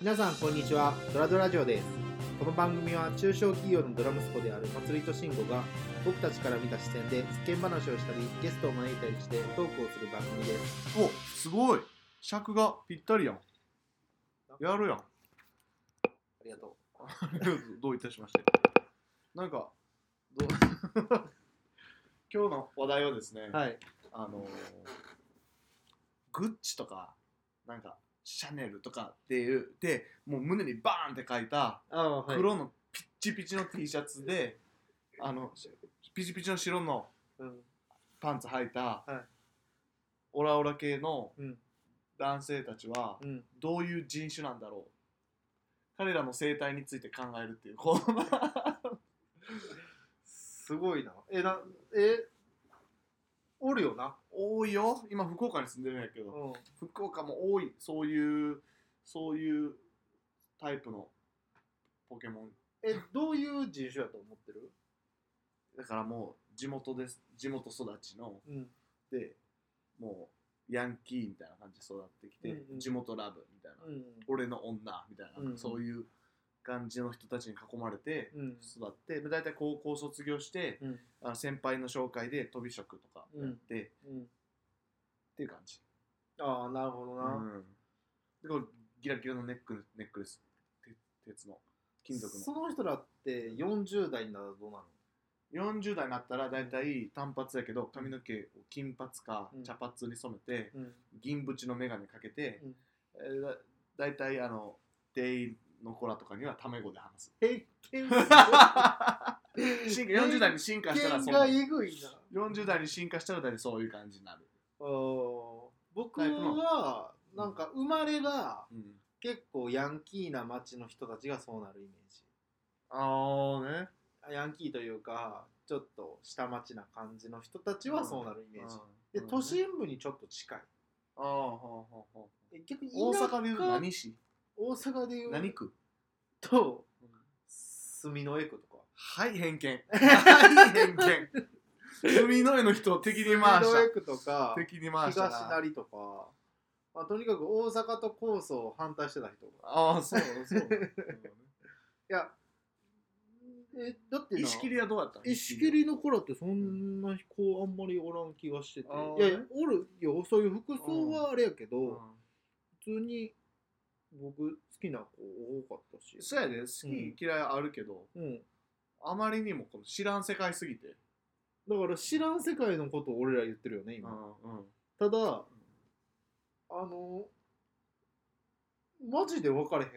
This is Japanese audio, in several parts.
皆さんこんにちはドラドラジオですこの番組は中小企業のドラ息子であるまつりとしんごが僕たちから見た視線で世間話をしたりゲストを招いたりしてトークをする番組ですおすごい尺がぴったりやんやるやん ありがとどういたしましてなんかどう今日の話題はですね、うはいあのーグッチとかなんかシャネルとかっていうでもう胸にバーンって書いたああはい黒のピッチピチの T シャツで、あのピチピチの白のうんパンツ履いた、はいオラオラ系のうん男性たちはうんどういう人種なんだろう彼らの生態について考えるっていうこうすごいなえなえおるよな多いよ今福岡に住んでるんやけど、うん福岡も多いそういうそういうタイプのポケモンえどういう人種だと思ってるだからもう地元です地元育ちのうんでもうヤンキーみたいな感じで育ってきて、うんうん地元ラブみたいな、うん俺の女みたいな、うんうんそういう感じの人たちに囲まれてうん育って、で大体高校卒業して、うんあの先輩の紹介で飛び職とかやって、っうんていう感じ、ああなるほどうな、ん、でこのギラギラのネックネックレスて鉄の金属そのの人らって40代になるとどうなの40代になったら大体短髪やけど髪の毛を金髪かうん茶髪に染めて、うん銀縁の眼鏡かけて、うんえーだ大体あの店員の子らとかにはタメ語で 話す偏見進化40代に進化したらそうがなえぐいな40代に進化したら大体そういう感じになる、あー僕はなんか生まれが結構ヤンキーな町の人たちがそうなるイメージああねあヤンキーというかちょっと下町な感じの人たちはそうなるイメージ、で都心部にちょっと近いあーほうほうほうえ逆に大田舎阪でいうと何市大阪でいう何区と住の江区とかはい偏見はい偏見海の絵の人を敵に回し住の江た区とか敵に回したな東成とか、まあ、とにかく大阪と構想を反対してた人がああそうそういやえだってな石切りはどうやったの石切りの頃ってそんな子あんまりおらん気がしててあーいやいやおるよそういう服装はあれやけうんど普通に僕好きな子多かったしそうやで好き嫌いあるけどうん、あまりにもこの知らん世界すぎてだから知らん世界のことを俺ら言ってるよねう今、んうんただあのマジで分かれへん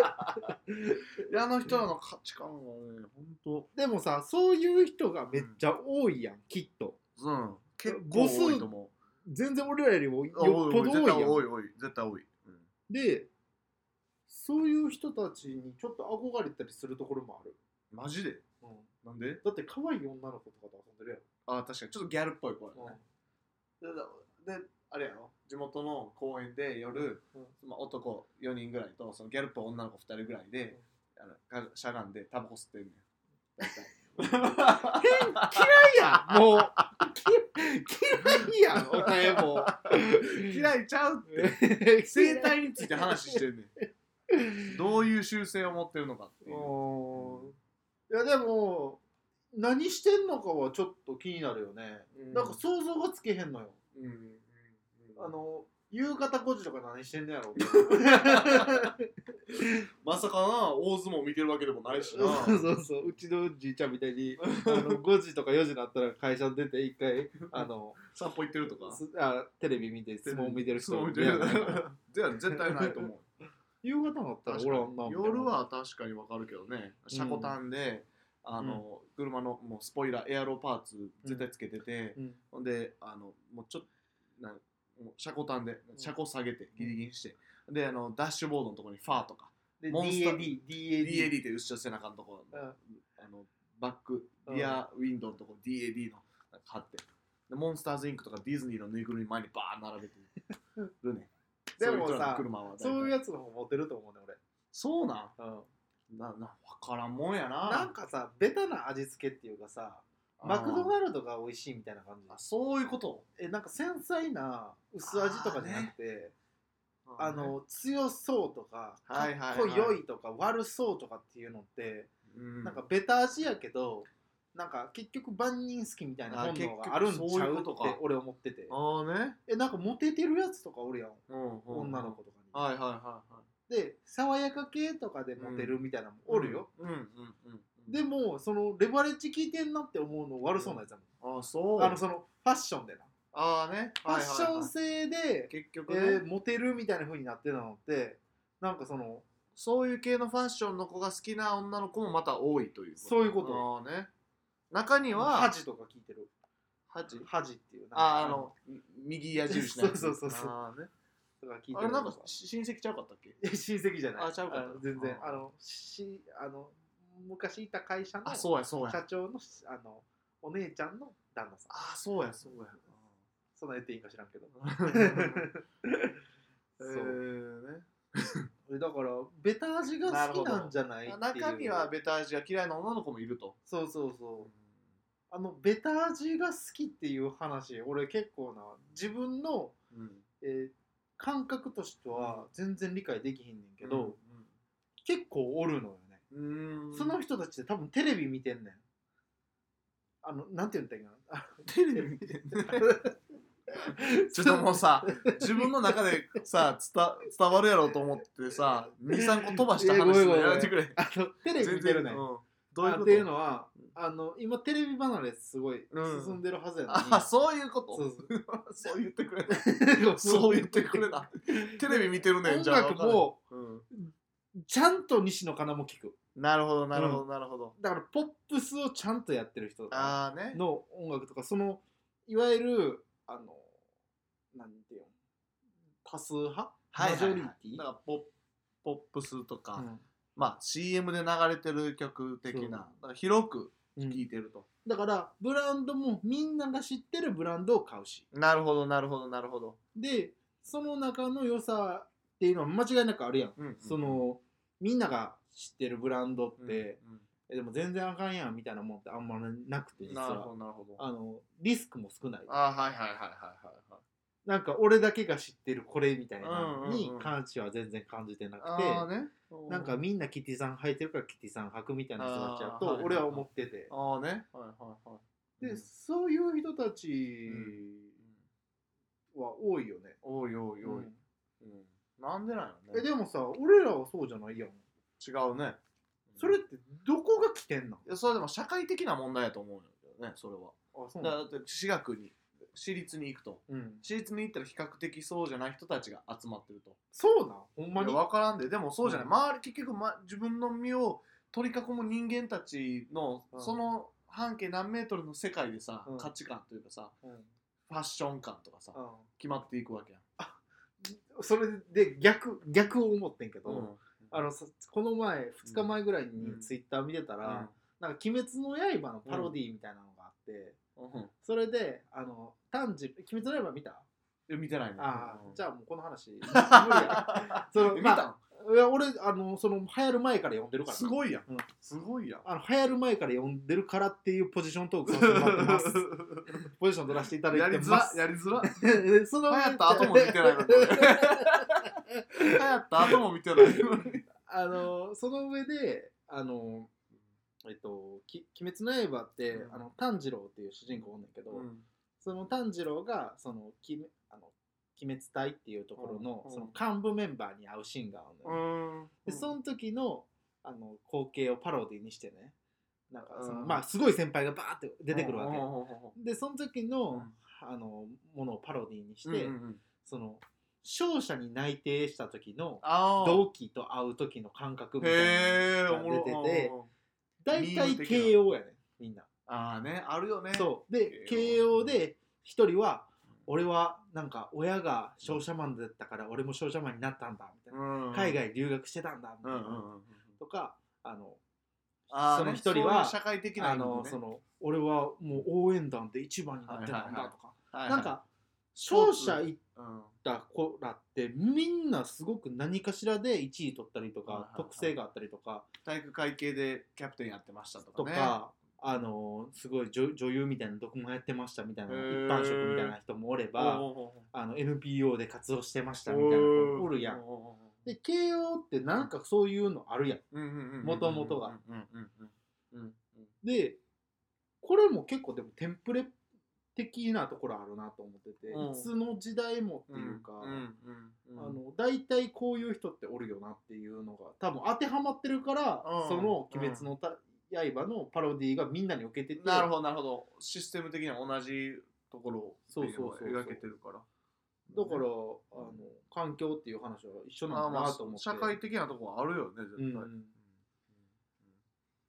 いやあの人らの価値観はね本でもさそういう人がめっちゃ多いやん、きっと当うん結構母数多いと思う全然俺らよりもよっあ多いぽど多いやん多い多い絶対多い、うんでそういう人たちにちょっと憧れたりするところもある、マジでなんでだって可愛い女の子とかと遊んでるあ確かにちょっとギャルっぽい子ややん、ね、でであれやろ地元の公園で夜、うんまあ、男4人ぐらいとそのギャルっぽい女の子2人ぐらいで、あのかしゃがんでタバコ吸ってんねん大体嫌いやんもうき嫌いやんお前も嫌いちゃうって う生態について話してんね んどういう習性を持ってるのかっていういやでも何してんのかはちょっと気になるよね、うんなんか想像がつけへんのようんうんうんあの夕方5時とか何してんのやろまさかな大相撲見てるわけでもないしな そうそうそううちのじいちゃんみたいにあ の5時とか4時になったら会社出て一回あの散歩行ってるとかすあテレビ見て相撲見てる人相撲見ている やなんかでは絶対ないと思う夕方になったらおらんなみたいな夜は確かにわかるけどね車庫端で、あの車のもうスポイラーエアロパーツ絶対つけてて、うんほんであのもうちょっとなんもう車庫端で車庫下げてギリギリにして、であのダッシュボードのところにファーとかでモンスター DAD DAD って後ろ背中のとこうんろあのバックリアウィンドウのとこ DAD のなんか貼ってでモンスターズインクとかディズニーのぬいぐるみ前にバーン並べて るねでもさそういう人らの車は大体そういうやつの方モテると思うねそうなん俺、うんなな分からんもんやななんかさベタな味付けっていうかさあーマクドナルドが美味しいみたいな感じあそういうことえなんか繊細な薄味とかじゃなくて、あの強そうとかかはいはいはいっこよいとか悪そうとかっていうのってうんなんかベタ味やけどなんか結局万人好きみたいな本能があるんちゃあう結局そういうっことてか俺思っててああね、えなんかモテてるやつとかおるやんうんうん女の子とかにはいはいはいはいで爽やか系とかでモテるみたいなのもおるよ、うんうんうんうんでもそのレバレッジ効いてんなって思うの悪そうなやつだもん、ああそうあのそのファッションでなああねファッシはいョンはいはい性で、結局えね、ーモテるみたいな風になってたのってなんかそのそういう系のファッションの子が好きな女の子もまた多いというそういうことああね中には恥とか聞いてる恥恥っていうなんかああの右矢印のやつそうそうそうそうああねとか聞いてあるれなのんとか親戚ちゃうかったっけいや 親戚じゃないあちゃうかったの全然あーあのしあの昔いた会社のあ社そうやそうや長のあのお姉ちゃんの旦那さんあそうやそうやその言っていいんか知らんけど えそうーねえだからベタ味が好きなんじゃないっていう中身はベタ味が嫌いな女の子もいるとそうそうそうあのベタ味が好きっていう話俺結構な自分の、うんえー感覚としては全然理解できひんねんけど、結構おるのよねうんその人たちって多分テレビ見てんねんあのなんて言ったらいいかなあテレビ見てんのちょっともうさ自分の中でさ伝伝わるやろうと思ってさ23個飛ばしたいやごめ話んごめんやめてくれあのテレビ見てるねうんんあどういうこっとていうのはあの今テレビ離れすごいうん進んでるはずやのに、あそういうことそうそうそう言ってくれ そう言ってくれな。テレビ見てるねん音じゃあ。楽もうんちゃんと西野カナも聞くなるほど、なるほど、なるほど。だからポップスをちゃんとやってる人ああね。の音楽とかそのいわゆるあのなんていうの多数派、はいはいはマいジョリテだからポッポップスとか、ィ、まあ CM で流れてる曲的そうな、だから広くうん聴いてると。だからブランドもみんなが知ってるブランドを買うしなるほど、なるほど、なるほど。でその中の良さっていうのは間違いなくあるやん、うんそ、のみんなが知ってるブランドって、うんうんえでも全然あかんやんみたいなもんってあんまなくて実なるほはど、なるほど。ああのリスクも少ないあー、はいはいはいはいはいはい。なんか俺だけが知ってるこれみたいなのにうんうんうん感謝は全然感じてなくて、ああね。なんかみんなキティさん履いてるからキティさん履くみたいな人たちだあーはいとはい俺は思ってて、ああね。はいはいはい。うでんそういう人たちうんは多いよね、おいおいおい。うんなんでなんよえね。でもさ俺らはそうじゃないやん違うね。それってどこが来てんのいやそれはでも社会的な問題やと思うんだけどねそれはあそうだなだのって私学に私立に行くとうん私立に行ったら比較的そうじゃない人たちが集まってるとそうなんほんまにいや分からんででもそうじゃない、うん周り結局、ま、自分の身を取り囲む人間たちの、うんその半径何メートルの世界でさ、うん価値観というかさうんうんファッション感とかさ、決まっていくわけやん、それで逆逆を思ってんけど、うんあのさこの前2日前ぐらいにうんツイッター見てたら、なんか「鬼滅の刃」のパロディみたいなのがあって、うんそれであの炭治「鬼滅の刃」見たえ見てないねああ、うんじゃあもうこの 話、無理や。そのえ見また、あ、いや俺、あの、その、流行る前から読んでるから。すごいやん、うんすごいやんあの、流行る前から読んでるからっていうポジショントークさせてもらってます。ポジション取らせていただ やいてりづまらす。やりづら りその流行った後も見てないのに流行った後も見てないのに あの、その上で、あの、えっと、き鬼滅の刃って、うんあの炭治郎っていう主人公おんねんけど、その炭治郎がそのきめあの鬼滅隊っていうところの,、うんその幹部メンバーに会うシーンがあるのよ、うんでその時のあの光景をパロディにしてねなんかその、うんまあすごい先輩がバーって出てくるわけ、けでその時の,、うんあのものをパロディにして、でその勝者に内定した時のああ同期と会う時の感覚みたいへえなおのもが出ろてて大ミー体ム的な慶応やねみんな。ああねあるよねそうで慶慶応応で一人は俺はなんか親が商社マンだったから俺も商社マンになったんだみたいな、うん海外留学してたんだみうたいんな、うんうんうんとかあのあそあのね一人はそういう社会的なあ意味でねのその俺はもう応援団で一番になってたんだとか、はいはいなんか商社行っうんた子らってみんなすごく何かしらで1位取ったりとか、はいはいはい特性があったりとか、体育会系でキャプテンやってましたととかねかあのすごい女女優みたいなどこもやってましたみたいなへ一ー般職みたいな人もおればあの NPO で活動してましたみたいな子おるやん。で慶応ってなんかそういうのあるやん。元々がうんうんうんうんでこれも結構でもテンプレ的なところあるなと思ってて、うんいつの時代もってうんいうか、んうんうんあの大体こういう人っておるよなっていうのが多分当てはまってるから、うんその「鬼滅のた刃」のパロディがみんなに受けててなるほどなるほどシステム的には同じところをそうそうそう描けてるからだから、ねあの環境っていう話は一緒なあのかまなあと思って、社会的なところはあるよね絶対、うんうんうん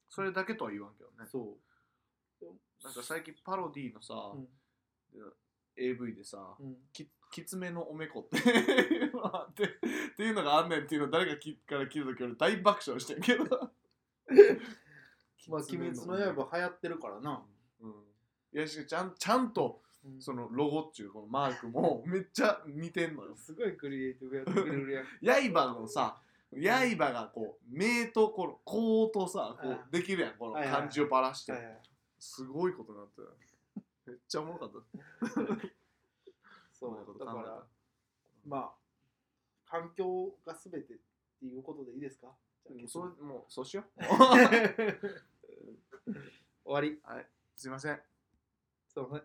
それだけとは言わんけどねそうなんか最近パロディのさ、うん AV でさ、うんききつめのおめこって いうのがあってっていうのがあんねんっていうのを誰かきから聞いた時俺大爆笑してんけどまあ「鬼滅の刃」流行ってるからな、うんいやしかもちゃんちゃんとそのロゴっていうこのマー クもめっちゃ似てんのよすごいクリエイティブやってくれるやん刃のさ刃がこう目とこのこうとさこはいうできるやんこのはいはい漢字をばら してはいはいすごいことになってるめっちゃおもろかったそうまいことだ考えかたらまあ環境が全てっていうことでいいですかもうじゃそあれもうそうしよう終わり すいませんそうね